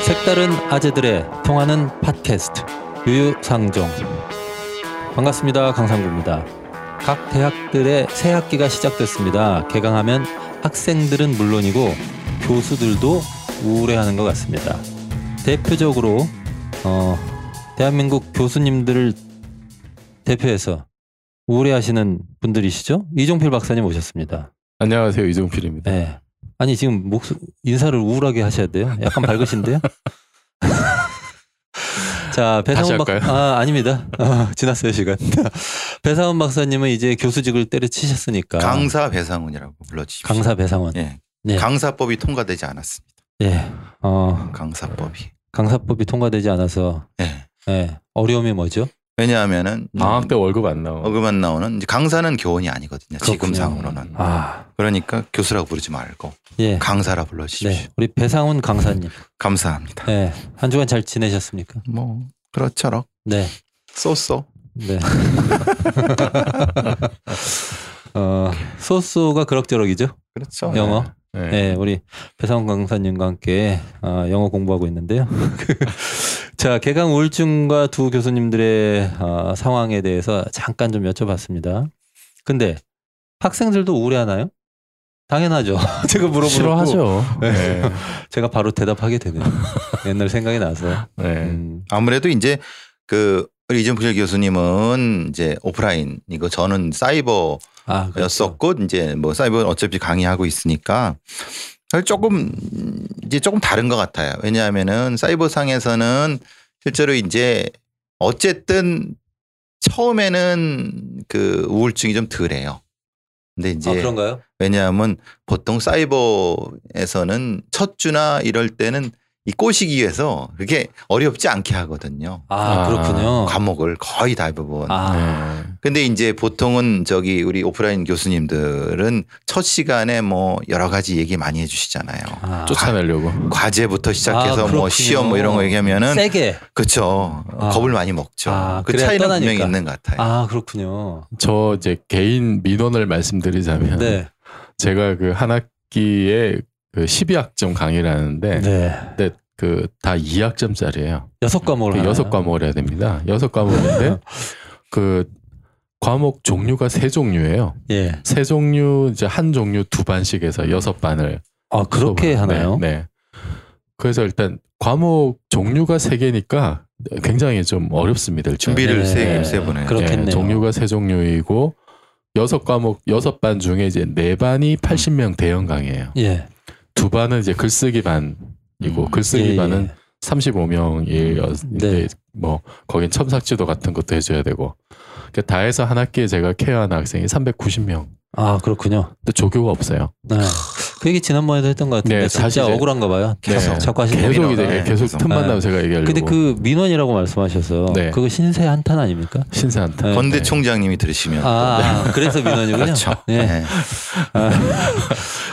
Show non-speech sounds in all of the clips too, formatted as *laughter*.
색다른 아재들의 통하는 팟캐스트 유유상종 반갑습니다 강상구입니다 각 대학들의 새 학기가 시작됐습니다 개강하면 학생들은 물론이고 교수들도 우울해하는 것 같습니다 대표적으로 어, 대한민국 교수님들을 대표해서 우울해하시는 분들이시죠 이종필 박사님 오셨습니다 안녕하세요 이종필입니다. 네. 아니 지금 목소 인사를 우울하게 하셔야 돼요. 약간 밝으신데요. *laughs* 자 배상훈 다시 할까요? 박아 아닙니다. 아, 지났어요 시간. *laughs* 배상훈 박사님은 이제 교수직을 때려치셨으니까 강사 배상훈이라고 불러주십시오. 아. 강사 배상훈. 예. 네. 강사법이 통과되지 않았습니다. 예. 어 강사법이. 강사법이 통과되지 않아서 예. 예. 어려움이 뭐죠? 왜냐하면은 아, 방학 때 월급 안 나와. 어그만 나오는 이제 강사는 교원이 아니거든요. 그렇군요. 지금 상으로는. 아 그러니까 교수라고 부르지 말고 예. 강사라 불러주십시오. 네 우리 배상훈 강사님. 감사합니다. 예. 한 주간 잘 지내셨습니까? 뭐 그렇죠. 네. 쏘쏘. 네. *laughs* 어 소소가 그럭저럭이죠. 그렇죠. 영어. 네. 네. 네, 우리 배상훈 강사님과 함께 아, 영어 공부하고 있는데요. *laughs* 자, 개강 우울증과 두 교수님들의 아, 상황에 대해서 잠깐 좀 여쭤봤습니다. 근데 학생들도 우울해하나요? 당연하죠. *laughs* 제가 물어보고 싫어하죠. 네. 네. 제가 바로 대답하게 되네요. 옛날 생각이 나서. *laughs* 네. 음, 아무래도 이제 그 우리 이준필 교수님은 이제 오프라인이고 저는 사이버 아, 그렇죠. 였었고 이제 뭐 사이버 어차피 강의하고 있으니까 사실 조금 이제 조금 다른 것 같아요. 왜냐하면은 사이버 상에서는 실제로 이제 어쨌든 처음에는 그 우울증이 좀 덜해요. 근데 아, 이제 그런가요? 왜냐하면 보통 사이버에서는 첫 주나 이럴 때는 이 꼬시기에서 그게 어렵지 않게 하거든요. 아, 아, 네. 그렇군요. 과목을 거의 대부분. 아, 근데 이제 보통은 저기 우리 오프라인 교수님들은 첫 시간에 뭐 여러 가지 얘기 많이 해주시잖아요. 아. 쫓아내려고. 과제부터 시작해서 아, 그렇군요. 뭐 시험 뭐 이런 거 얘기하면은 네. 세게. 그쵸 아. 겁을 많이 먹죠. 아, 그 그래야 차이는 떠나니까. 분명히 있는 것 같아요. 아, 그렇군요. 저 이제 개인 민원을 말씀드리자면 네. 제가 그 한 학기에 그 12학점 강의를 하는데 네. 근데 그 다 2학점짜리예요. 여섯 과목을 그 하나요? 여섯 과목을 해야 됩니다. *laughs* 여섯 과목인데 그 과목 종류가 세 종류예요. 예. 세 종류 이제 한 종류 두 반씩 해서 여섯 반을 아 그렇게 수업을- 하나요? 네, 네. 그래서 일단 과목 종류가 세 개니까 굉장히 좀 어렵습니다. 일단. 준비를 네. 세, 세 번에. 그렇- 그렇겠네요. 종류가 세 종류이고 여섯 과목 여섯 반 중에 이제 네 반이 80명 대형 강의예요. 예. 두 반은 이제 글쓰기 반이고 음. 글쓰기 예, 반은 예. 35명이었는데 네. 뭐 거긴 첨삭지도 같은 것도 해줘야 되고 그러니까 다 해서 한 학기에 제가 케어하는 학생이 390명. 아 그렇군요. 근데 조교가 없어요. 네. 그 얘기 지난번에도 했던 것 같은데 네, 진짜 사실 이제- 억울한가 봐요. 네. 계속 자꾸 하시는 계속 거. 계속 이제 민원은, 계속 네, 틈만 나면 제가 얘기하려고. 아. 근데 그 민원이라고 말씀하셔서 네. 그거 신세 한탄 아닙니까? 신세한테. 네. 건대 네. 총장님이 들으시면 아, 아, 그래서 민원이군요. 그렇죠. 예. 네. 아,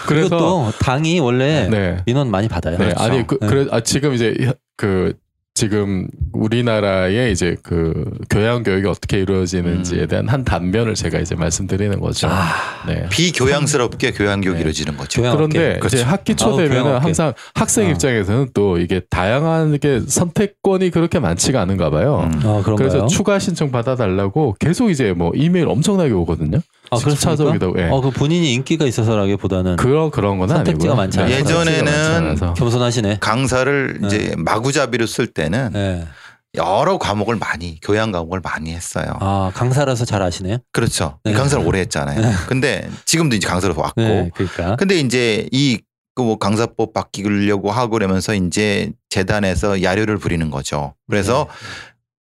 그래서 그것도 당이 원래 네. 민원 많이 받아요. 네, 아니 그, 네. 그래 아 지금 이제 혀- 그 지금 우리나라의 이제 그 교양 교육이 어떻게 이루어지는지에 음. 대한 한 단면을 제가 이제 말씀드리는 거죠. 아, 네. 비교양스럽게 교양교육이 네. 이루어지는 거죠. 교양 그런데 그렇죠. 이제 학기 초 아우, 되면 교양 은 어깨. 항상 학생 어. 입장에서는 또 이게 다양한 게 선택권이 그렇게 많지가 않은가 봐요. 음. 아 그런가요? 그래서 추가 신청 받아달라고 계속 이제 뭐 이메일 엄청나게 오거든요. 아, 그렇습니까? 찾아오기도 예. 어, 그 본인이 인기가 있어서라기보다는 그런 그런 건 선택지가 아니고요. 많지 네, 않아서. 선택지가 많지 예전에는 않아서. 겸손하시네. 강사를 이제 마구잡이로 쓸 때는 네. 여러 과목을 많이 교양 과목을 많이 했어요. 아 강사라서 잘 아시네요. 그렇죠. 네. 강사를 오래 했잖아요. 근데 지금도 이제 강사로 왔고 네, 그러니까. 근데 이제 이 그 뭐 강사법 바뀌려고 하고 그러면서 이제 재단에서 야료를 부리는 거죠. 네. 그래서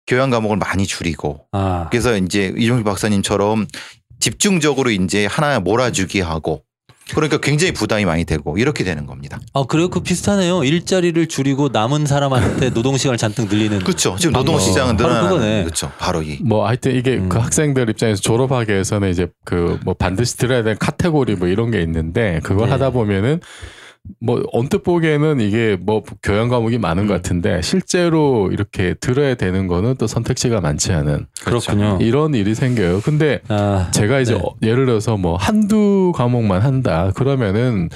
교양 과목을 많이 줄이고 아, 그래서 이제 이종필 박사님처럼 집중적으로 이제 하나 몰아주기 하고 그러니까 굉장히 부담이 많이 되고 이렇게 되는 겁니다. 아 그래요? 그 비슷하네요. 일자리를 줄이고 남은 사람한테 *laughs* 노동 시간을 잔뜩 늘리는. 그렇죠. 지금 바로 노동시장은 바로 그거네. 늘어나는 그렇죠. 바로 이 뭐 하여튼 이게 음. 그 학생들 입장에서 졸업하기 위해서는 이제 그 뭐 반드시 들어야 되는 카테고리 뭐 이런 게 있는데 그걸 네. 하다 보면은 뭐 언뜻 보기에는 이게 뭐 교양 과목이 많은 음. 것 같은데 실제로 이렇게 들어야 되는 거는 또 선택지가 많지 않은 그렇군요. 이런 일이 생겨요. 근데 아, 제가 이제 네. 어, 예를 들어서 뭐 한두 과목만 한다 그러면은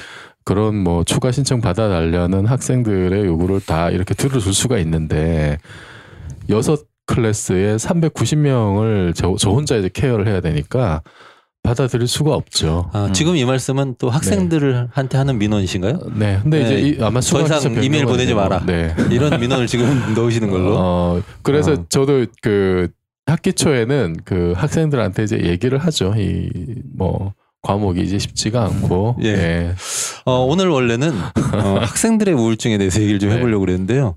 그런 뭐 추가 신청 받아달라는 학생들의 요구를 다 이렇게 들어줄 수가 있는데 여섯 클래스에 390명을 저, 저 혼자 이제 케어를 해야 되니까 받아들일 수가 없죠. 아, 음. 지금 이 말씀은 또 학생들한테 하는 민원이신가요? 네. 네. 근데 이제 이- 더 아마 이상 수강신청 이메일 변경은 보내지 되고, 마라. 네. 이런 민원을 지금 *laughs* 넣으시는 걸로. 어, 그래서 어. 저도 그 학기 초에는 그 학생들한테 이제 얘기를 하죠. 이 뭐 과목이 이제 쉽지가 않고 예. 예. 어, 오늘 원래는 어, 학생들의 우울증에 대해서 얘기를 좀 네. 해보려고 그랬는데요.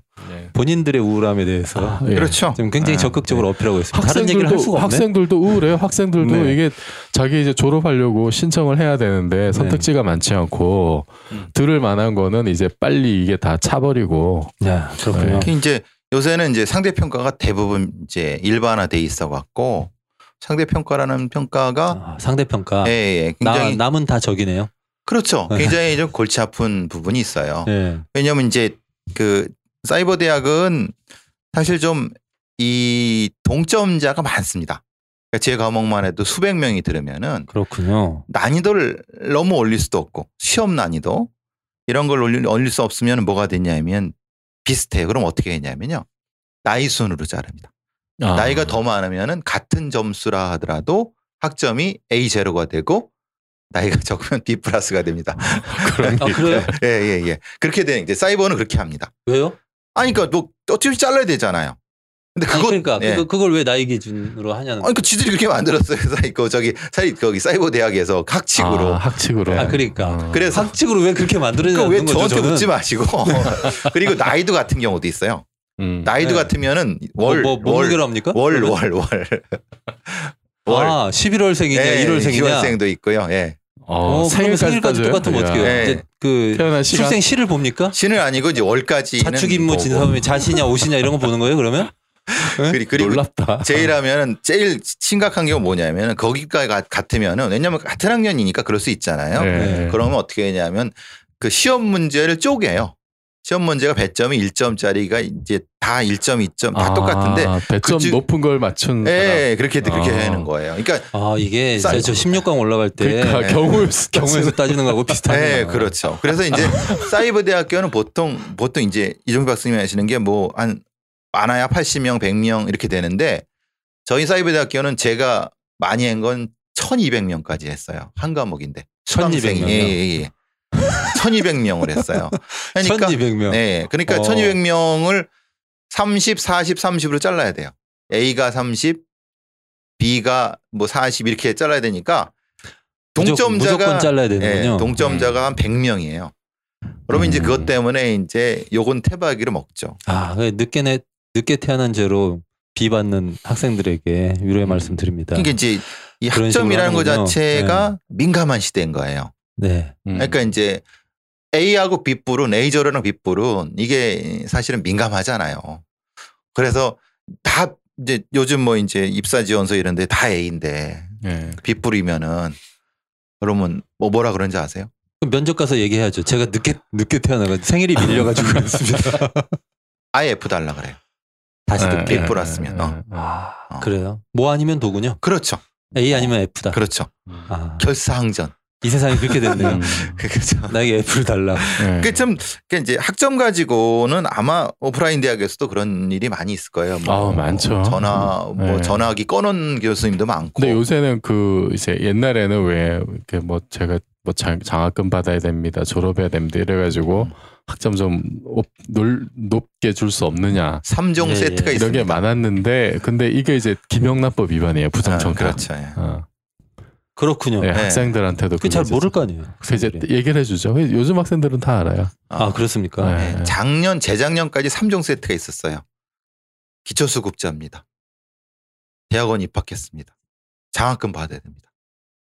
본인들의 우울함에 대해서 예. 그렇죠. 지금 굉장히 네. 적극적으로 어필하고 있습니다. 다른 얘기를 할 학생들도 수가 없네. 학생들도 우울해요. 학생들도 네. 이게 자기 이제 졸업하려고 신청을 해야 되는데 선택지가 많지 않고 음. 들을 만한 거는 이제 빨리 이게 다 차버리고 야, 네, 그렇군요. 네. 특히 이제 요새는 이제 상대평가가 대부분 이제 일반화돼 있어 갖고 상대평가라는 평가가 아, 상대평가. 예, 예, 나, 굉장히 남은 다 적이네요. 그렇죠. 네. 굉장히 좀 골치 아픈 부분이 있어요. 예. 왜냐하면 이제 그 사이버 대학은 사실 좀 이 동점자가 많습니다. 그러니까 제 과목만 해도 수백 명이 들으면은 그렇군요. 난이도를 너무 올릴 수도 없고 시험 난이도 이런 걸 올릴, 올릴 수 없으면 뭐가 되냐면 비슷해요. 그럼 어떻게 했냐면요. 나이 순으로 자릅니다. 아. 나이가 더 많으면은 같은 점수라 하더라도 학점이 A0가 되고 나이가 적으면 B 플러스가 됩니다. *laughs* 그런 아, 그래요? 예, 예, 예. 그렇게 되는 이제 사이버는 그렇게 합니다. 왜요? 아니, 그러니까 뭐 어차피 잘라야 되잖아요. 근데 아니, 그거 그러니까 예. 그거, 그걸 왜 나이 기준으로 하냐는 아니, 그 지들이 그렇게 만들었어요. *laughs* 사이 그 저기 사이 거기 사이버 대학에서 학칙으로. 아, 학칙으로 아, 그러니까. 아. 그래서 상식으로 왜 그렇게 만들어내는 예. 그러니까 왜 거죠? 저한테 저는? 묻지 마시고 *laughs* *laughs* 그리고 나이도 같은 경우도 있어요. 음. 나이도 네. 같으면은 뭐, 월, 뭐 월, 몸무게로 합니까? 월, 월, 월, 월. 아, 11월생이냐, 예, 1월생이냐. 1월생도 있고요. 예. 어, 어, 그러면 생일까지 생일까지 따져요? 똑같으면 야. 네. 어떻게 해요? 예. 이제 그 태어난 시간 출생 시를 봅니까? 신은 아니고 이제 월까지는 뭐 자축 임무 보고. 진사범이 자시냐 오시냐 이런 거 보는 거예요, 그러면? 예? 그리- 그리고 놀랍다. 제일 하면은 제일 심각한 경우 뭐냐면은 거기까지 가- 같으면은 왜냐면 같은 학년이니까 그럴 수 있잖아요. 네. 그러면 어떻게 하냐면 그 시험 문제를 쪼개요. 시험 문제가 배점이 1점짜리가 이제 다 1점, 2점 다 아, 똑같은데 배점 그 중- 높은 걸 맞춘 사람. 예, 그렇게 그렇게 아. 하는 거예요. 그러니까 아, 이게 싸요. 진짜 저 16강 올라갈 때 그러니까 네. *laughs* 경우 경우에서 경우에서 따지는 거하고 비슷한 네, 거예요. 그렇죠. 그래서 이제 *laughs* 사이버 대학교는 보통 보통 이제 이종표 박사님이 하시는 게 뭐 한 많아야 80명, 100명 이렇게 되는데 저희 사이버 대학교는 제가 많이 한 건 1,200명까지 했어요. 한 과목인데. 1200 수강생이 명이요? 예, 예, 예. 1,200명을 했어요. 그러니까 1200명. 네, 그러니까 어. 1,200명을 30, 40, 30으로 잘라야 돼요. A가 30, B가 뭐 40 이렇게 잘라야 되니까 무조건- 동점자가 무조건 잘라야 예, 되는군요. 동점자가 한 100명이에요. 그러면 이제 음. 그것 때문에 이제 요건 태박이를 먹죠. 아, 그 늦게 내, 늦게 태어난 죄로 비받는 학생들에게 위로의 음. 말씀 드립니다. 그러니까 이제 이 그런 식으로 학점이라는 것 하는군요. 자체가 민감한 시대인 거예요. 네. 음. 그러니까 이제 A하고 B뿔은 A절이랑 B뿔은 이게 사실은 민감하잖아요. 그래서 다 이제 요즘 뭐 이제 입사 지원서 이런 데 다 A인데 예. B뿔이면은 그러면 뭐 뭐라 그런지 아세요? 그럼 면접 가서 얘기해야죠. 제가 늦게 늦게 태어나가 생일이 아. *laughs* 밀려가지고 그랬습니다. 아예 F 달라 그래요. 다시 예, 듣게. 예. 빅플러스면, 어. 네. 아, 어. 그래요. 뭐 아니면 도군요. 그렇죠. A 아니면 F다. 그렇죠. 아, 결사항전. *laughs* 이 세상이 그렇게 됐네요. 음. 그렇죠. 나에게 F를 달라. 예. *laughs* 그게 좀 그게 이제 학점 가지고는 아마 오프라인 대학에서도 그런 일이 많이 있을 거예요. 뭐 아우, 많죠. 전화 뭐 네. 전화기 꺼놓은 교수님도 많고. 근데 요새는 그 이제 옛날에는 왜 이렇게 뭐 제가 뭐 장, 장학금 받아야 됩니다, 졸업해야 됩니다 이래가지고 학점 좀 높, 놀- 높게 줄 수 없느냐 3종 예, 예. 세트가 이런 있습니다. 게 많았는데 근데 이게 이제 김영란법 위반이에요 부정청탁. 아, 그렇죠. 예. 어. 그렇군요. 어, 예, 네. 그게 학생들한테도 잘 그게 모를 거 아니에요. 이제 학생들이. 얘기를 해주죠. 요즘 학생들은 다 알아요. 아 그렇습니까? 네. 예. 작년 재작년까지 3종 세트가 있었어요. 기초수급자입니다. 대학원 입학했습니다. 장학금 받아야 됩니다.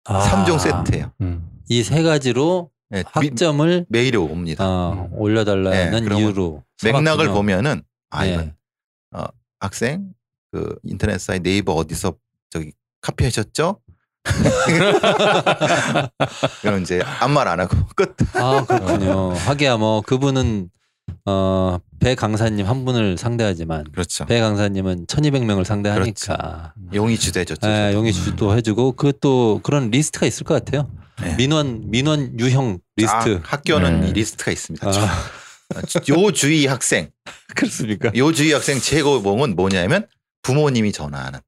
아, 삼 3종 세트예요. 음. 이세 가지로 예, 미- 학점을 매일 옵니다. 아, 올려달라는 네, 그런 이유로 맥락을 써봤군요. 보면은 아 네. 이건 학생 그 인터넷 사이트 네이버 어디서 저기 *laughs* 카피하셨죠? 그럼 이제 아무 말 안 하고 *laughs* 끝. 아 그렇군요. 하기야 뭐 그분은 어, 배 강사님 한 분을 상대하지만 그렇죠. 배 강사님은 1,200명을 상대하니까 용이 주대졌죠. 네, 예, 용의 주도 해주고 그 또 그런 리스트가 있을 것 같아요. 네. 민원 민원 유형 리스트. 아, 학교는 네. 이 리스트가 있습니다. 아, 요 주의 학생, 그렇습니까? 요 주의 학생 최고봉은 뭐냐면 부모님이 전화하는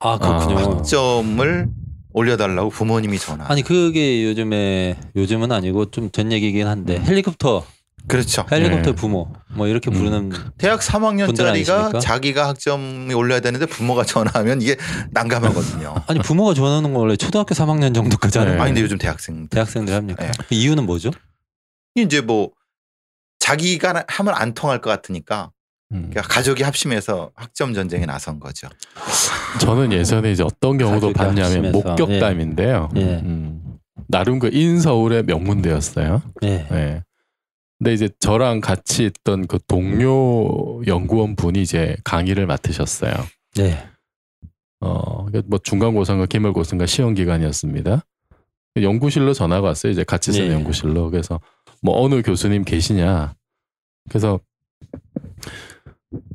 아 그렇군요. 아. 점을 올려달라고 부모님이 전화. 아니 그게 요즘에 요즘은 아니고 좀 전 얘기긴 한데 헬리콥터 그렇죠. 헬리콥터 네. 부모 뭐 이렇게 음. 부르는 대학 분들 3학년짜리가 아니십니까? 자기가 학점이 올려야 되는데 부모가 전화하면 이게 난감하거든요. 아니 부모가 전하는 건 원래 초등학교 3학년 정도까지 하는 네. 거 아니 근데 요즘 대학생 대학생들 합니까? 네. 그 이유는 뭐죠? 이제 뭐 자기가 하면 안 통할 것 같으니까 음. 그러니까 가족이 합심해서 학점 전쟁에 나선 거죠. 저는 예전에 이제 어떤 경우도 가족과 봤냐면 합심해서. 목격담인데요. 예. 음. 나름 그 인서울의 명문대였어요. 네. 예. 근데 이제 저랑 같이 있던 그 동료 연구원 분이 이제 강의를 맡으셨어요. 네. 어, 그뭐 중간고사인가 기말고사인가 시험 기간이었습니다. 연구실로 전화가 왔어요. 이제 같이 쓰는 예. 연구실로. 그래서 뭐 어느 교수님 계시냐. 그래서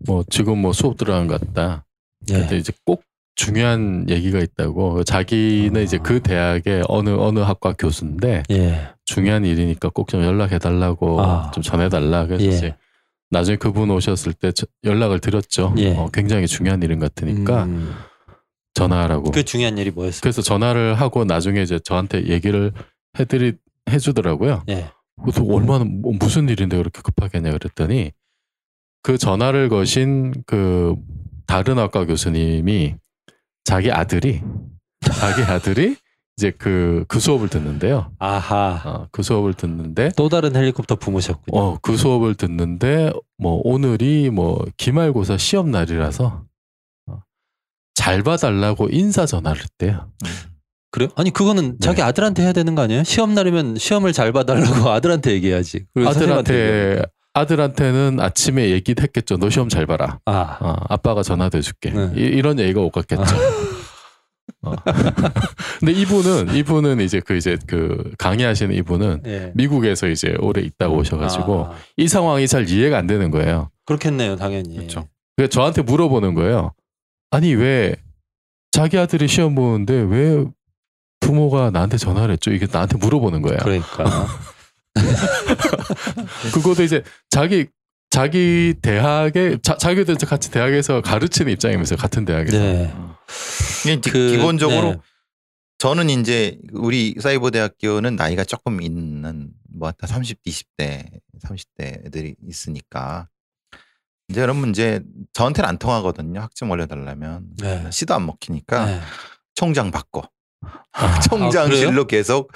뭐 지금 뭐 수업 들어간 것 같다. 네. 근데 이제 꼭 중요한 얘기가 있다고 자기는 아. 이제 그 대학의 어느 어느 학과 교수인데 예. 중요한 일이니까 꼭 좀 연락해 달라고 아. 좀 전해 달라 그래서 예. 이제 나중에 그분 오셨을 때 저- 연락을 드렸죠 예. 어, 굉장히 중요한 일인 것 같으니까 음. 전화하라고 그 중요한 일이 뭐였어요? 그래서 전화를 하고 나중에 이제 저한테 얘기를 해드리 해주더라고요. 예. 그래서 얼마나 뭐 무슨 일인데 그렇게 급하게 했냐 그랬더니 그 전화를 거신 그 다른 학과 교수님이 자기 아들이 자기 아들이 이제 그, 그 수업을 듣는데요. 아하. 어, 그 수업을 듣는데 또 다른 헬리콥터 부모셨군요. 어, 그 수업을 듣는데 뭐 오늘이 뭐 기말고사 시험 날이라서 어, 잘 봐달라고 인사 전화를 했대요. 그래요? 아니 그거는 자기 아들한테 해야 되는 거 아니에요? 시험 날이면 시험을 잘 봐달라고 *laughs* 아들한테 얘기해야지. 그리고 선생님한테 얘기해야 아들한테 돼. 아들한테는 아침에 얘기했겠죠. 너 시험 잘 봐라. 아. 어, 아빠가 전화도 해줄게. 네. 아. 이, 런 얘기가 오갔겠죠. 어. *laughs* 근데 이분은 이분은 이제 그 이제 그 강의하시는 이분은 예. 미국에서 이제 오래 있다가 오셔가지고 아, 이 상황이 잘 이해가 안 되는 거예요. 그렇겠네요, 당연히. 그렇죠. 그래서 저한테 물어보는 거예요. 아니 왜 자기 아들이 시험 보는데 왜 부모가 나한테 전화를 했죠? 이게 나한테 물어보는 거예요. 그러니까. 그것도 이제 자기 자기 대학에 자, 자기도 이제 같이 대학에서 가르치는 입장이면서 같은 대학에서 네. 이게 이제 그, 기본적으로 네. 저는 이제 우리 사이버 대학교는 나이가 조금 있는 뭐한 30, 20대, 30대 애들이 있으니까 이제 여러분 이제 저한테는 안 통하거든요. 학점 올려달라면 네. 씨도 안 먹히니까 네. 총장 바꿔 아, *laughs* 총장실로 계속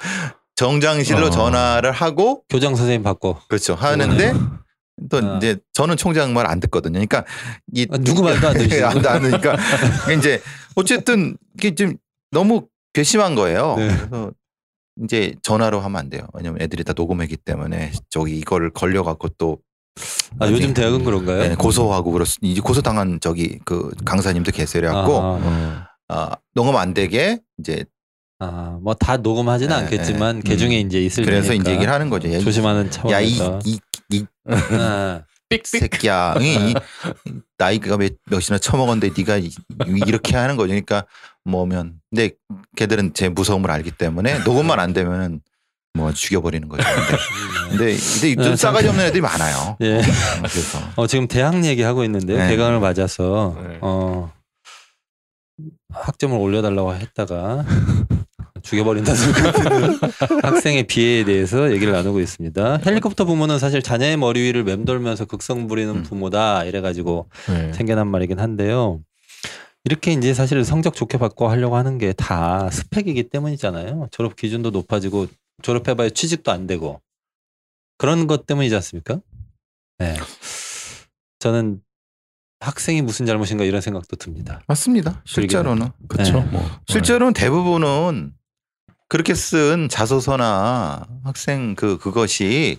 정장실로 어. 전화를 하고 교장 선생님 바꿔. 그렇죠 하는데 또 아. 이제 저는 총장 말 안 듣거든요. 그러니까 이 예, 아, 누구 *laughs* 말도 안 들으시는 안 듣으니까 그러니까 이제 어쨌든 이게 좀 너무 괘씸한 거예요. 네. 그래서 이제 전화로 하면 안 돼요. 왜냐면 애들이 다 녹음했기 때문에 저기 이걸 걸려갖고 또 아, 요즘 대학은 그런가요? 네, 고소하고 그렇 이제 고소당한 저기 그 강사님도 계세요. 아, 어, 아, 녹음 안 되게 이제 아, 뭐 다 녹음하지는 네, 않겠지만 네. 개 중에 이제 있을 그래서 테니까 이제 얘기를 하는 거죠. 야, 이- 조심하는 차원에서. 예, 야, 이, 이 아, 새끼야, *laughs* 이, 이 나이가 몇, 몇이나 처먹었는데 네가 이- 이렇게 하는 거죠. 그러니까 뭐면 근데 걔들은 제 무서움을 알기 때문에 녹음만 안 되면은 뭐 죽여버리는 거죠. 음. 근데 근데 네, 좀 싸가지 없는 애들이 많아요. 어, 예. 그래서 어, 지금 대학 얘기하고 있는데요. 네. 개강을 맞아서 네. 어, 학점을 올려달라고 했다가 죽여버린다 *laughs* 생각하는 학생의 비애에 대해서 얘기를 나누고 있습니다. 헬리콥터 부모는 사실 자녀의 머리 위를 맴돌면서 극성 부리는 음. 부모다 이래가지고 네. 생겨난 말이긴 한데요. 이렇게 이제 사실 성적 좋게 받고 하려고 하는 게 다 스펙이기 때문이잖아요. 졸업 기준도 높아지고 졸업해봐야 취직도 안 되고 그런 것 때문이지 않습니까? 네. 저는 학생이 무슨 잘못인가 이런 생각도 듭니다. 네. 맞습니다. 실제로는 그렇죠. 뭐 실제로는 대부분은 그렇게 쓴 자소서나 학생 그 그것이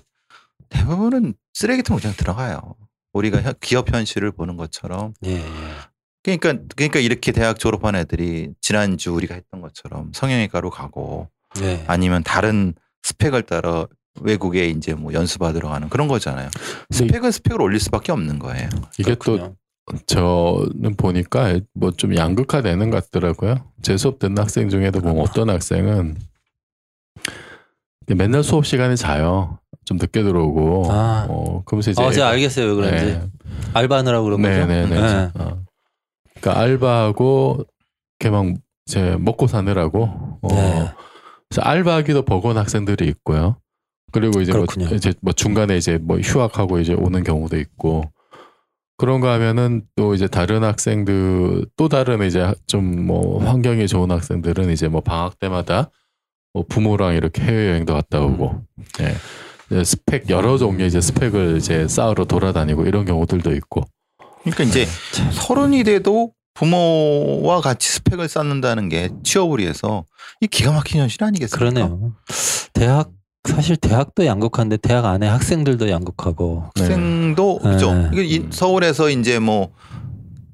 대부분은 쓰레기통에 그냥 들어가요. 우리가 현- 기업 현실을 보는 것처럼 예. 예. 그러니까 그러니까 이렇게 대학 졸업한 애들이 지난주 우리가 했던 것처럼 성형외과로 가고 예. 아니면 다른 스펙을 따라 외국에 이제 뭐 연수받으러 가는 그런 거잖아요. 네. 근데 스펙은 스펙을 올릴 수밖에 없는 거예요. 이게 그렇군요. 또 저는 보니까 뭐 아. 좀 양극화되는 것 같더라고요. 제 수업 듣는 학생 중에도 보면 어떤 학생은 맨날 수업 시간에 자요. 좀 늦게 들어오고. 아. 어, 그러면서 이제 아, 제가 애가- 알겠어요 왜 그런지 알바하느라고 그런 네, 거죠. 네, 네. 네. 어. 그러니까 알바하고 개망 이제 먹고 사느라고. 어. 네. 그래서 알바하기도 버거운 학생들이 있고요. 그리고 이제 뭐, 그렇군요. 이제 뭐 중간에 이제 뭐 휴학하고 이제 오는 경우도 있고 그런가 하면은 또 이제 다른 학생들 또 다른 이제 좀 뭐 환경이 좋은 학생들은 이제 뭐 방학 때마다 뭐 부모랑 이렇게 해외 여행도 갔다 오고 예. 이제 스펙 여러 종류의 이제 스펙을 이제 쌓으러 돌아다니고 이런 경우들도 있고 그러니까 이제 네. 서른이 돼도 부모와 같이 스펙을 쌓는다는 게 취업을 위해서 이 기가 막힌 현실 아니겠습니까? 그러네요. 대학 사실 대학도 양극화인데 대학 안에 학생들도 양극화고. 학생도 그렇죠. 네. 이게 이- 서울에서 이제 뭐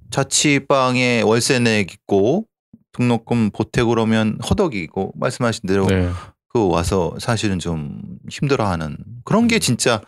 자취방에 월세 내고 등록금 보태고 그러면 허덕이고 말씀하신 대로 네. 그 와서 사실은 좀 힘들어하는 그런 음. 게 진짜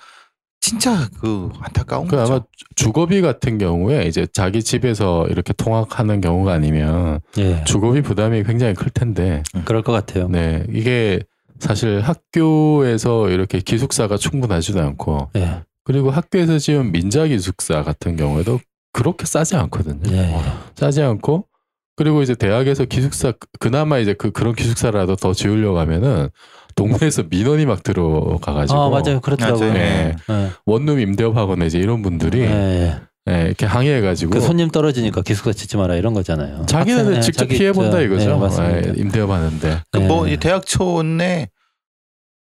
진짜 그 안타까운 그 거죠. 아마 주거비 같은 경우에 이제 자기 집에서 이렇게 통학하는 경우가 아니면 예. 주거비 부담이 굉장히 클 텐데 그럴 것 같아요. 네, 이게 사실 학교에서 이렇게 기숙사가 충분하지도 않고, 예. 그리고 학교에서 지은 민자 기숙사 같은 경우에도 그렇게 싸지 않거든요. 예. 예. 싸지 않고, 그리고 이제 대학에서 기숙사, 그나마 이제 그, 그런 기숙사라도 더 지으려고 하면은 동네에서 민원이 막 들어가가지고. 아 맞아요 그렇더라고요. 맞아요. 예. 예, 원룸 임대업하거나 이제 이런 분들이 예. 예. 예. 이렇게 항의해가지고. 그 손님 떨어지니까 기숙사 짓지 마라 이런 거잖아요. 자기네들 학생, 예, 직접 자기 피해본다 저- 이거죠. 예, 맞습니다. 예, 임대업하는데. 그뭐 예. 대학촌에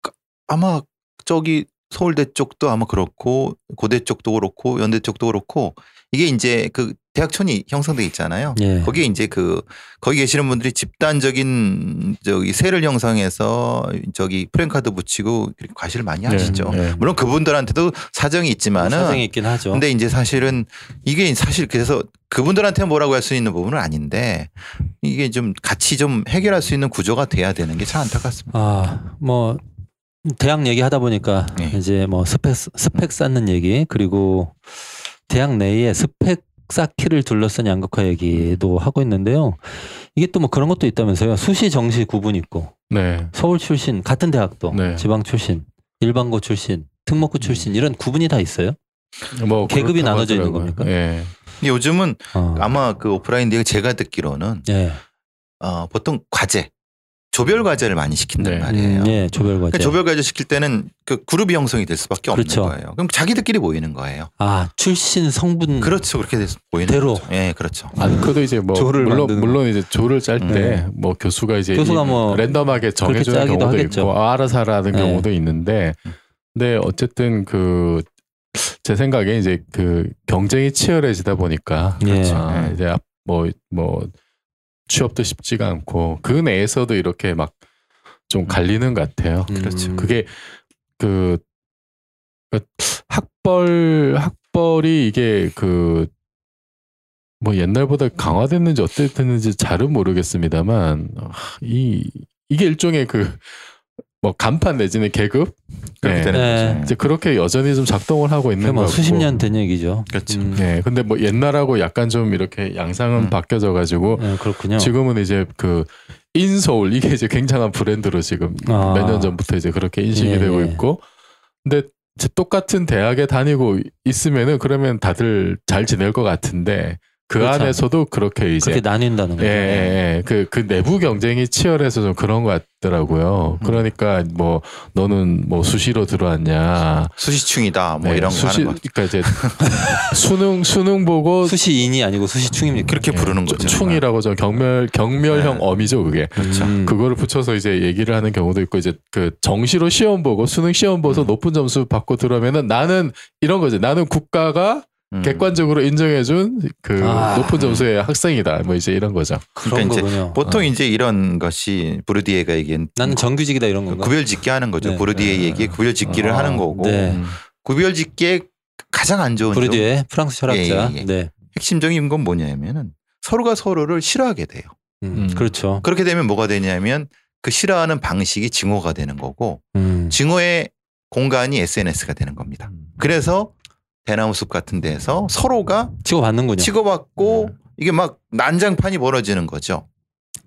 그 아마 저기 서울대 쪽도 아마 그렇고 고대 쪽도 그렇고 연대 쪽도 그렇고 이게 이제 그 대학촌이 형성돼 있잖아요. 예. 거기에 이제 그 거기 계시는 분들이 집단적인 저기 세를 형성해서 저기 프랜카드 붙이고 그렇게 네. 과시를 많이 하시죠. 예, 예. 물론 그분들한테도 사정이 있지만은 사정이 있긴 네. 하죠. 근데 이제 사실은 이게 사실 그래서 그분들한테 뭐라고 할 수 있는 부분은 아닌데 이게 좀 같이 좀 해결할 수 있는 구조가 돼야 되는 게 참 안타깝습니다. 아, 뭐 대학 얘기하다 보니까 네. 이제 뭐 스펙 스펙 쌓는 얘기 그리고 대학 내에 스펙 쌓기를 둘러싼 양극화 얘기도 하고 있는데요. 이게 또 뭐 그런 것도 있다면서요. 수시 정시 구분 있고 네. 서울 출신 같은 대학도 네. 지방 출신 일반고 출신 음. 특목고 출신 이런 구분이 다 있어요. 뭐 계급이 그렇다고 나눠져 있는 하더라고요. 겁니까? 예. 근데 요즘은 어. 아마 그 오프라인 대회 제가 듣기로는 예. 어, 보통 과제 조별 과제를 많이 시킨단 네. 말이에요. 음, 예, 조별 과제. 그러니까 조별 과제 시킬 때는 그 그룹이 형성이 될 수밖에 없는 그렇죠. 거예요. 그럼 자기들끼리 모이는 거예요. 아, 출신 음. 성분 그렇죠. 그렇게 돼서 모이는 대로. 거죠. 예, 그렇죠. 아, 그도 이제 뭐 조를 물론 만드는 물론 이제 조를 짤 때 네. 뭐 교수가 이제 교수가 이- 뭐 예, 랜덤하게 정해주는 짜기도 경우도 하겠죠. 있고 아, 알아서 하라는 네. 경우도 있는데 근데 어쨌든 그 제 생각에 이제 그 경쟁이 치열해지다 보니까 예. 그렇죠. 아, 이제 뭐 뭐 취업도 쉽지가 않고 그 내에서도 이렇게 막 좀 갈리는 것 같아요. 음, 그렇죠. 그게 그, 그 학벌 학벌이 이게 그 뭐 옛날보다 강화됐는지 어땠는지 잘은 모르겠습니다만 아, 이 이게 일종의 그 뭐 간판 내지는 계급 그렇게 네. 되는 거죠. 이제 그렇게 여전히 좀 작동을 하고 있는 그게 거 뭐 같고 수십 년 된 얘기죠. 그렇죠. 음, 네, 근데 뭐 옛날하고 약간 좀 이렇게 양상은 음. 바뀌어져 가지고 예, 그렇군요. 지금은 이제 그 인서울 이게 이제 굉장한 브랜드로 지금 아. 몇 년 전부터 이제 그렇게 인식이 예, 되고 예. 있고 근데 이제 똑같은 대학에 다니고 있으면은 그러면 다들 잘 지낼 것 같은데 그 그렇죠. 안에서도 그렇게 이제 그렇게 나뉜다는 예, 거죠. 예, 예. 그, 그 내부 경쟁이 치열해서 좀 그런 것 같더라고요. 음. 그러니까 뭐, 너는 뭐 수시로 들어왔냐. 수시충이다 뭐 네, 이런 거 수시, 하는 거. 그러니까 이제 *laughs* 수능, 수능 보고 수시인이 아니고 수시충입니까? 그렇게 부르는 거죠. 네. 충이라고 예, 저 경멸, 경멸형 네. 어미죠, 그게. 그렇죠. 음. 그거를 붙여서 이제 얘기를 하는 경우도 있고 이제 그 정시로 시험 보고 수능 시험 보서 음. 높은 점수 받고 들어오면은 나는 이런 거지 나는 국가가 음. 객관적으로 인정해준 그 아. 높은 점수의 학생이다 뭐 이제 이런 거죠. 그런 그러니까 이제 거군요. 보통 이제 이런 것이 부르디에가 얘기한 어. 나는 정규직이다 이런 건가? 구별짓기 하는 거죠. 네. 부르디에 네. 얘기에 구별짓기를 아, 하는 거고 네. 음. 구별짓기에 가장 안 좋은 점, 브르디에 프랑스 철학자. 예, 예, 예. 네. 핵심적인 건 뭐냐면은 서로가 서로를 싫어하게 돼요. 음, 음. 그렇죠. 그렇게 되면 뭐가 되냐면 그 싫어하는 방식이 증오가 되는 거고 음. 증오의 공간이 SNS가 되는 겁니다. 그래서 대나무 숲 같은 데서 서로가 치고 받는군요. 치고받고 네. 음. 이게 막 난장판이 벌어지는 거죠. 음.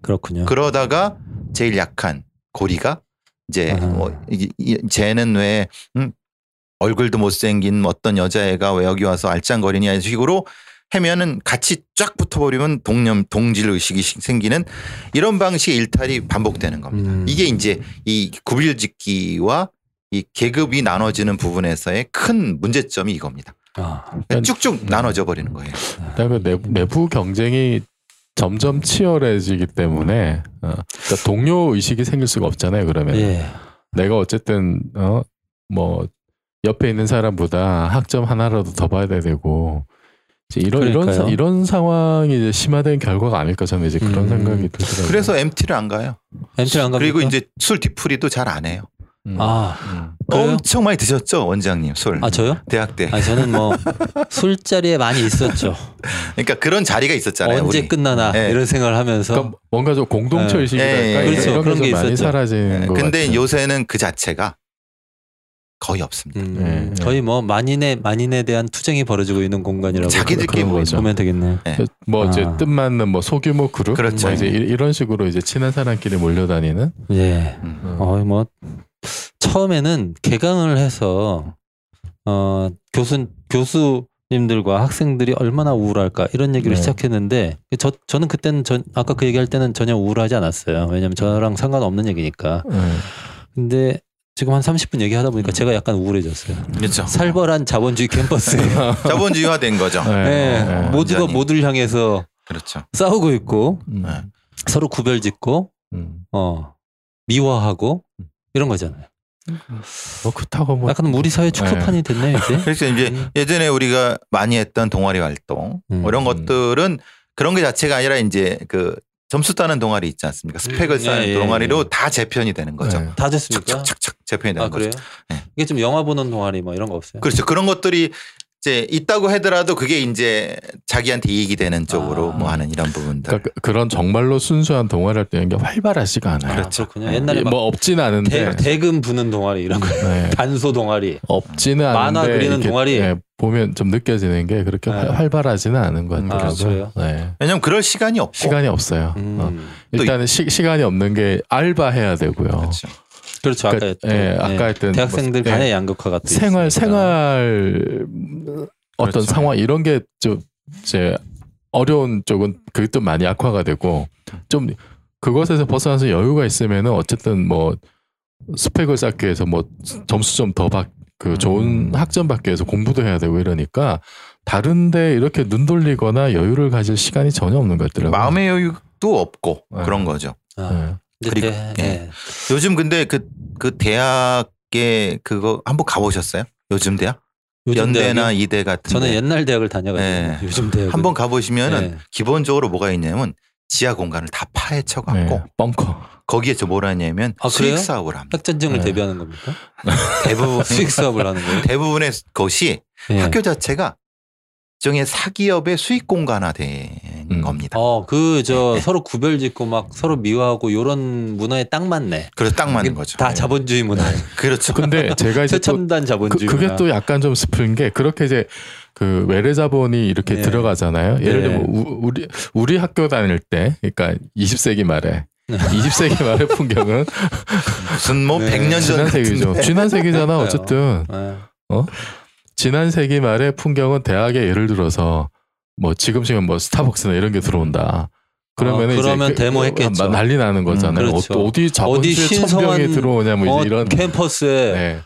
그렇군요. 그러다가 제일 약한 고리가 이제 아. 뭐 이- 이- 쟤는 왜 음, 얼굴도 못생긴 어떤 여자애가 왜 여기 와서 알짱거리냐 이런 식으로 해면은 같이 쫙 붙어버리면 동념 동질 의식이 시- 생기는 이런 방식의 일탈이 반복되는 겁니다. 음. 이게 이제 이 구빌짓기와 이 계급이 나눠지는 부분에서의 큰 문제점이 이겁니다. 아, 그러니까 쭉쭉 나눠져 버리는 거예요. 네. 그다음에 내부, 내부 경쟁이 점점 치열해지기 때문에 어, 그러니까 동료 의식이 생길 수가 없잖아요. 네. 그러면 예. 내가 어쨌든 어뭐 옆에 있는 사람보다 학점 하나라도 더 받아야 되고 이제 이런 이런 사- 그러니까요. 이런 상황이 이제 심화된 결과가 아닐까 저는 이제 그런 음. 생각이 들더라고요. 그래서 MT를 안 가요. MT 안 갑니까? 그리고 이제 술 뒤풀이도 잘 안 해요. 음. 아, 음. 그래요? 엄청 많이 드셨죠 원장님 술 아 저요? 대학 때. 아 저는 뭐 술자리에 많이 있었죠. 그러니까 그런 자리가 있었잖아요. 언제 우리. 끝나나 예. 이런 생각을 하면서 그러니까 뭔가 좀 공동체 예. 의식이랄까 예, 예, 이런- 그렇죠. 이런 그런 게 게 좀 많이 있었죠. 사라지는 예, 것 근데 같아요. 요새는 그 자체가 거의 없습니다. 음, 예, 예. 거의 뭐 만인의 만인에 대한 투쟁이 벌어지고 있는 공간이라고 자기들끼리 그런 모이는 거죠. 보면 되겠네요. 뭐 이제 아. 뜻맞는 뭐 소규모 그룹 그렇죠. 뭐 이제 이- 이런 식으로 이제 친한 사람끼리 몰려다니는 예. 음. 어, 어이 뭐 처음에는 개강을 해서 어 교수 교수님들과 학생들이 얼마나 우울할까 이런 얘기를 네. 시작했는데 저 저는 그때는 전 아까 그 얘기할 때는 전혀 우울하지 않았어요. 왜냐면 저랑 상관없는 얘기니까. 예. 근데 지금 한 30분 얘기하다 보니까 제가 약간 우울해졌어요. 그렇죠. 살벌한 자본주의 캠퍼스에 *laughs* *laughs* 자본주의화된 거죠. 예, 예, 예. 모두가 완전히. 모두를 향해서 그렇죠. 싸우고 있고 음, 예. 서로 구별짓고 음. 어 미워하고 이런 거잖아요. 뭐 그렇다고 뭐 약간 우리 사회 축소판이 됐네 이제. 그래서 이제 음. *laughs* 예전에 우리가 많이 했던 동아리 활동 뭐 음. 이런 것들은 그런 게 자체가 아니라 이제 그 점수 따는 동아리 있지 않습니까? 스펙을 음, 쌓는 예, 예, 동아리로 예. 다 재편이 되는 거죠. 예. 다 됐습니까? 착착착착 재편이 되는 아 그래요? 거죠. 네. 이게 좀 영화 보는 동아리 뭐 이런 거 없어요? 그렇죠. 그런 것들이 이제 있다고 하더라도 그게 이제 자기한테 이익이 되는 쪽으로 아. 뭐 하는 이런 부분들. 그러니까 그- 그런 정말로 순수한 동아리 활동인 게 활발하지가 않아요. 아, 그렇군요. 예. 옛날에 막 뭐 없진 않은데 대, 대금 부는 동아리 이런 거 네. 단소 동아리. 없지는 않은데 만화 그리는 이렇게, 동아리. 예, 보면 좀 느껴지는 게 그렇게 네. 활- 활발하지는 않은 것 음, 같더라고요. 그래요? 네. 왜냐면 그럴 시간이 없고. 시간이 없어요. 음. 어. 일단은 시, 시간이 없는 게 알바 해야 되고요. 그렇죠. 그렇죠. 아까 그러니까, 했던, 예, 아까 했던 대학생들 뭐, 간의 예, 양극화 같은 생활 생활 어떤 네, 그렇죠. 상황 이런 게 좀 이제 어려운 쪽은 그게 또 많이 악화가 되고 좀 그것에서 벗어나서 여유가 있으면은 어쨌든 뭐 스펙을 쌓기 위해서 뭐 점수 좀 더 받, 그 좋은 음. 학점 받기 위해서 공부도 해야 되고 이러니까 다른데 이렇게 눈 돌리거나 여유를 가질 시간이 전혀 없는 것 같더라고요. 마음의 여유도 없고 네. 그런 거죠. 예. 그리고 그리고- 아, 대, 예. 예. 요즘 근데 그, 그 대학에 그거 한번 가보셨어요? 요즘 대학? 요즘 연대나 대학이- 이대 같은 저는 네, 데 옛날 대학을 다녀가지고 네. 예. 요즘 대학 한번 가보시면은 예. 기본적으로 뭐가 있냐면 지하 공간을 다 파헤쳐 갖고 네, 벙커. 거기에 저 뭐라 하냐면 아, 그래요? 수익 사업을 합니다. 핵전쟁을 예. 대비하는 겁니까? *laughs* 대부분 수익 사업을 하는 거예요? 대부분의 것이 *laughs* 예. 학교 자체가 일종의 사기업의 수익 공간화된 음. 겁니다. 어, 그 저 예. 서로 구별짓고 막 서로 미워하고 요런 문화에 딱 맞네. 그래서 딱 맞는 이게 거죠. 예. 다 자본주의 문화. 그렇죠. 근데 제가 이제 또 최첨단 네. 그, 자본주의. 그게 문화. 또 약간 좀 슬픈 게 그렇게 이제 그 외래 자본이 이렇게 네. 들어가잖아요. 예를 네. 들면 우- 우리 우리 학교 다닐 때, 그러니까 20세기 *laughs* 말에 네. 20세기 말의 *laughs* 풍경은 무슨 뭐 네. 100년 전 지난 세기죠. 지난 세기잖아. 그러니까요. 어쨌든 예. 지난 세기 말의 풍경은 대학에 예를 들어서 뭐 지금씩은 뭐 스타벅스나 이런 게 들어온다. 그러면 어, 어, 그러면 데모했겠죠. 난리 나는 거잖아요. 음, 그렇죠. 어, 어디 어디 자본주의 천병이 신성한- 들어오냐 뭐 어, 이제 이런. 캠퍼스에 네.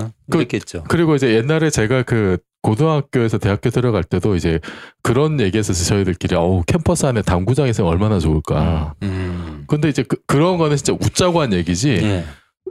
어? 그- 그랬겠죠. 그리고 이제 옛날에 제가 그 고등학교에서 대학교 들어갈 때도 이제 그런 얘기했었어요. 저희들끼리 어우 캠퍼스 안에 당구장 있으면 얼마나 좋을까. 음. 근데 이제 그, 런 거는 진짜 웃자고 한 얘기지. 예.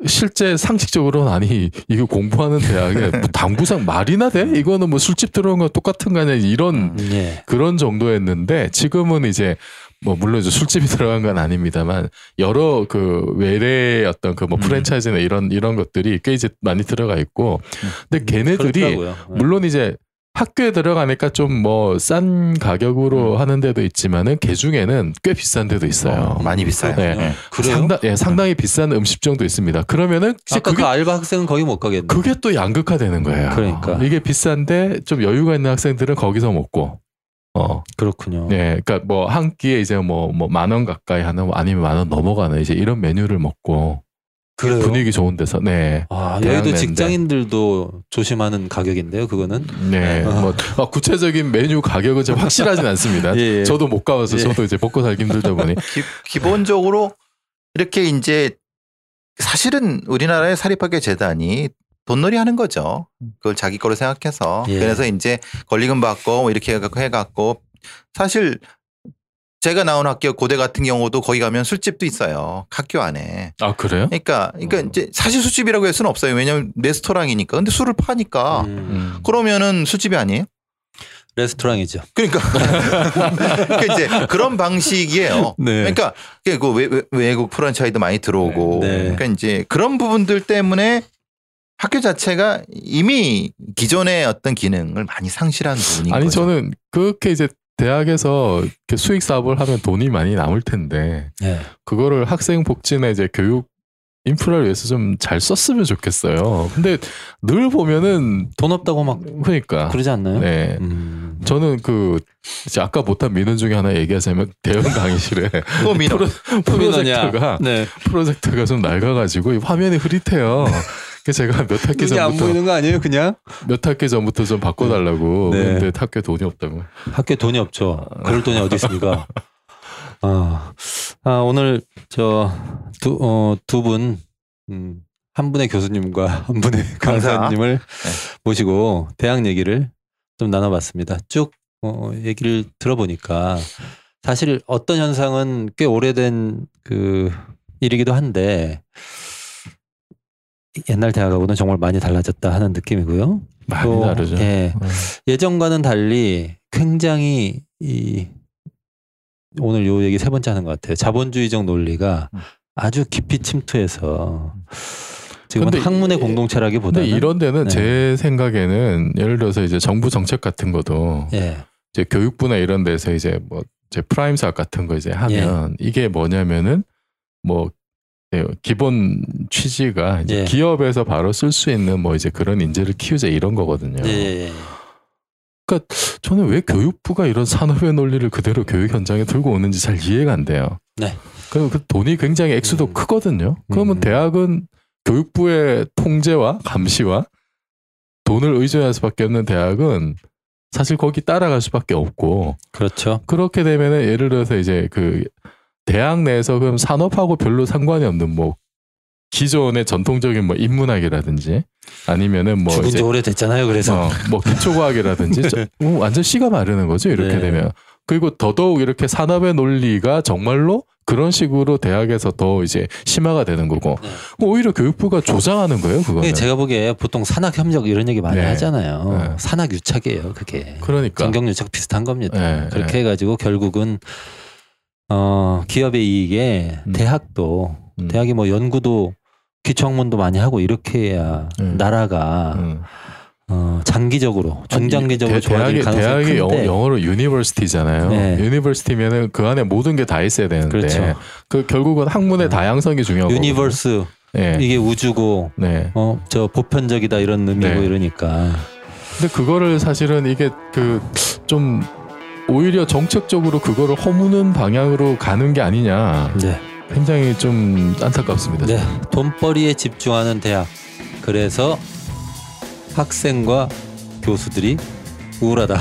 실제 상식적으로는 아니 이거 공부하는 대학에 뭐 당구장 말이나 돼? 이거는 뭐 술집 들어온 거 똑같은 거 아니야? 이런 예. 그런 정도였는데 지금은 이제 뭐 물론 이제 술집이 *laughs* 들어간 건 아닙니다만 여러 그 외래의 어떤 그 뭐 음. 프랜차이즈나 이런 이런 것들이 꽤 이제 많이 들어가 있고 근데 걔네들이 음. 그렇더라고요. 예. 물론 이제 학교에 들어가니까 좀 뭐 싼 음. 가격으로 하는 데도 있지만은 그 중에는 꽤 비싼 데도 있어요. 많이 비싸요. 네. 네. 아, 그래요? 네. 상당, 예, 상당히 비싼 음식점도 있습니다. 그러면은 이제 아까 그게 그 알바 학생은 거기 못 가겠네. 그게 또 양극화되는 거예요. 그러니까. 이게 비싼데 좀 여유가 있는 학생들은 거기서 먹고 어, 그렇군요. 네, 그러니까 뭐 한 끼에 이제 뭐 뭐 만 원 가까이 하는 뭐 아니면 만 원 넘어가는 이제 이런 메뉴를 먹고 그래요? 분위기 좋은 데서 네. 아, 대학 여의도 내인데. 직장인들도 조심하는 가격인데요, 그거는. 네. 뭐 아, 구체적인 메뉴 가격은 좀 확실하진 않습니다. 예, 예. 저도 못 가봐서 예. 저도 이제 먹고 살기 힘들다 *laughs* 보니 기, 기본적으로 이렇게 이제 사실은 우리나라의 사립학교 재단이 돈놀이 하는 거죠. 그걸 자기 거로 생각해서 예. 그래서 이제 권리금 받고 뭐 이렇게 해갖고 해갖고 사실 제가 나온 학교 고대 같은 경우도 거기 가면 술집도 있어요 학교 안에. 아 그래요? 그러니까 그러니까 음. 이제 사실 술집이라고 할 수는 없어요. 왜냐하면 레스토랑이니까. 근데 술을 파니까 음, 음. 그러면은 술집이 아니에요. 레스토랑이죠. 그러니까, 그러니까 *laughs* 이제 그런 방식이에요. 네. 그러니까 그게 그 외, 외- 외국 프랜차이도 많이 들어오고 네. 네. 그러니까 이제 그런 부분들 때문에 학교 자체가 이미 기존의 어떤 기능을 많이 상실한 부분인 아니 거죠. 저는 그렇게 이제 대학에서 이렇게 수익 사업을 하면 돈이 많이 남을 텐데 네. 그거를 학생 복지나 이제 교육 인프라를 위해서 좀 잘 썼으면 좋겠어요. 근데 늘 보면은 돈 없다고 막 그러니까 그러지 않나요? 네. 음. 저는 그 이제 아까 못한 민원 중에 하나 얘기하자면 *laughs* 대형 강의실에 *laughs* 또 민원. 프로젝터가 음. 네. 프로젝터가 좀 낡아가지고 이 *laughs* 화면이 흐릿해요. 그 제가 몇 학기 눈이 안 전부터 보이는 거 아니에요, 그냥? 몇 학기 전부터 좀 바꿔달라고 네. 근데 학교에 돈이 없다고. 학교에 돈이 없죠. 그럴 돈이 어디 있습니까? 아, 아 오늘 저두어두 분, 음, 한 분의 교수님과 *laughs* 한 분의 강사. 강사님을 모시고 대학 얘기를 좀 나눠봤습니다. 쭉 어, 얘기를 들어보니까 사실 어떤 현상은 꽤 오래된 그 일이기도 한데 옛날 대학하고는 정말 많이 달라졌다 하는 느낌이고요. 많이 또, 다르죠. 예. 음. 예전과는 달리 굉장히 이 오늘 요 얘기 세 번째 하는 것 같아요. 자본주의적 논리가 음. 아주 깊이 침투해서 지금 근데 학문의 이- 공동체라기보다는 근데 이런 데는 네. 제 생각에는 예를 들어서 이제 정부 정책 같은 것도 예. 이제 교육부나 이런 데서 이제 뭐 제 프라임 사업 같은 거 이제 예. 하면 이게 뭐냐면은 뭐 예, 기본 취지가 이제 예. 기업에서 바로 쓸 수 있는 뭐 이제 그런 인재를 키우자 이런 거거든요. 예, 예, 저는 왜 교육부가 이런 산업의 논리를 그대로 교육 현장에 들고 오는지 잘 이해가 안 돼요. 네. 그리고 그 돈이 굉장히 액수도 음. 크거든요. 그러면 음. 대학은 교육부의 통제와 감시와 돈을 의존할 수밖에 없는 대학은 사실 거기 따라갈 수밖에 없고 그렇죠. 그렇게 되면은 예를 들어서 이제 그 대학 내에서 그럼 산업하고 별로 상관이 없는 뭐 기존의 전통적인 뭐 인문학이라든지 아니면은 뭐 죽은 이제 지 오래됐잖아요. 그래서 어, 뭐 기초과학이라든지 *laughs* 저- 뭐 완전 씨가 마르는 거죠 이렇게 네. 되면 그리고 더더욱 이렇게 산업의 논리가 정말로 그런 식으로 대학에서 더 이제 심화가 되는 거고 뭐 네. 오히려 교육부가 조장하는 거예요 그게 그거는 제가 보기에 보통 산학 협력 이런 얘기 많이 네. 하잖아요. 네. 산학 유착이에요. 그게 그러니까 정경 유착 비슷한 겁니다. 예, 그렇게 해가지고 결국은 어, 기업의 이익에 음. 대학도 음. 대학이 뭐 연구도 기초학문도 많이 하고 이렇게 해야 음. 나라가 음. 어, 장기적으로 중장기적으로 아니, 대- 좋아질 대학의 가능성이 대학의 큰데 영어, 로 유니버시티잖아요. 네. 유니버시티면은 그 안에 모든 게 다 있어야 되는데 그렇죠. 그 결국은 학문의 음. 다양성이 중요하고 유니버스 네. 이게 우주고 네. 어, 저 보편적이다 이런 의미고 네. 이러니까 근데 그거를 사실은 이게 그 좀 오히려 정책적으로 그거를 허무는 방향으로 가는 게 아니냐 네. 굉장히 좀 안타깝습니다. 네. 돈벌이에 집중하는 대학 그래서 학생과 교수들이 우울하다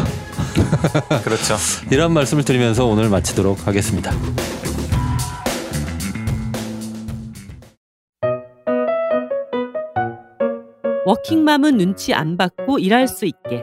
그렇죠. 이런 말씀을 드리면서 오늘 마치도록 하겠습니다. 워킹맘은 눈치 안 받고 일할 수 있게,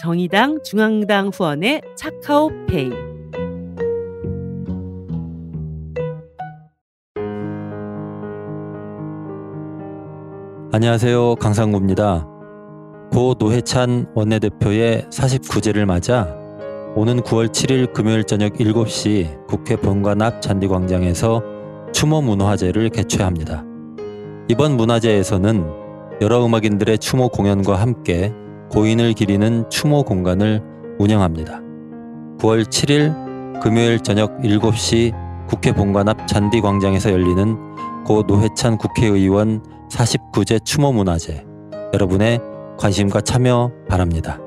정의당 중앙당 후원의 차카오페이 안녕하세요. 강상구입니다. 고 노회찬 원내대표의 49제를 맞아 오는 9월 7일 금요일 저녁 7시 국회 본관 앞 잔디광장에서 추모 문화제를 개최합니다. 이번 문화제에서는 여러 음악인들의 추모 공연과 함께 고인을 기리는 추모 공간을 운영합니다. 9월 7일 금요일 저녁 7시 국회 본관 앞 잔디 광장에서 열리는 고 노회찬 국회의원 49제 추모 문화제 여러분의 관심과 참여 바랍니다.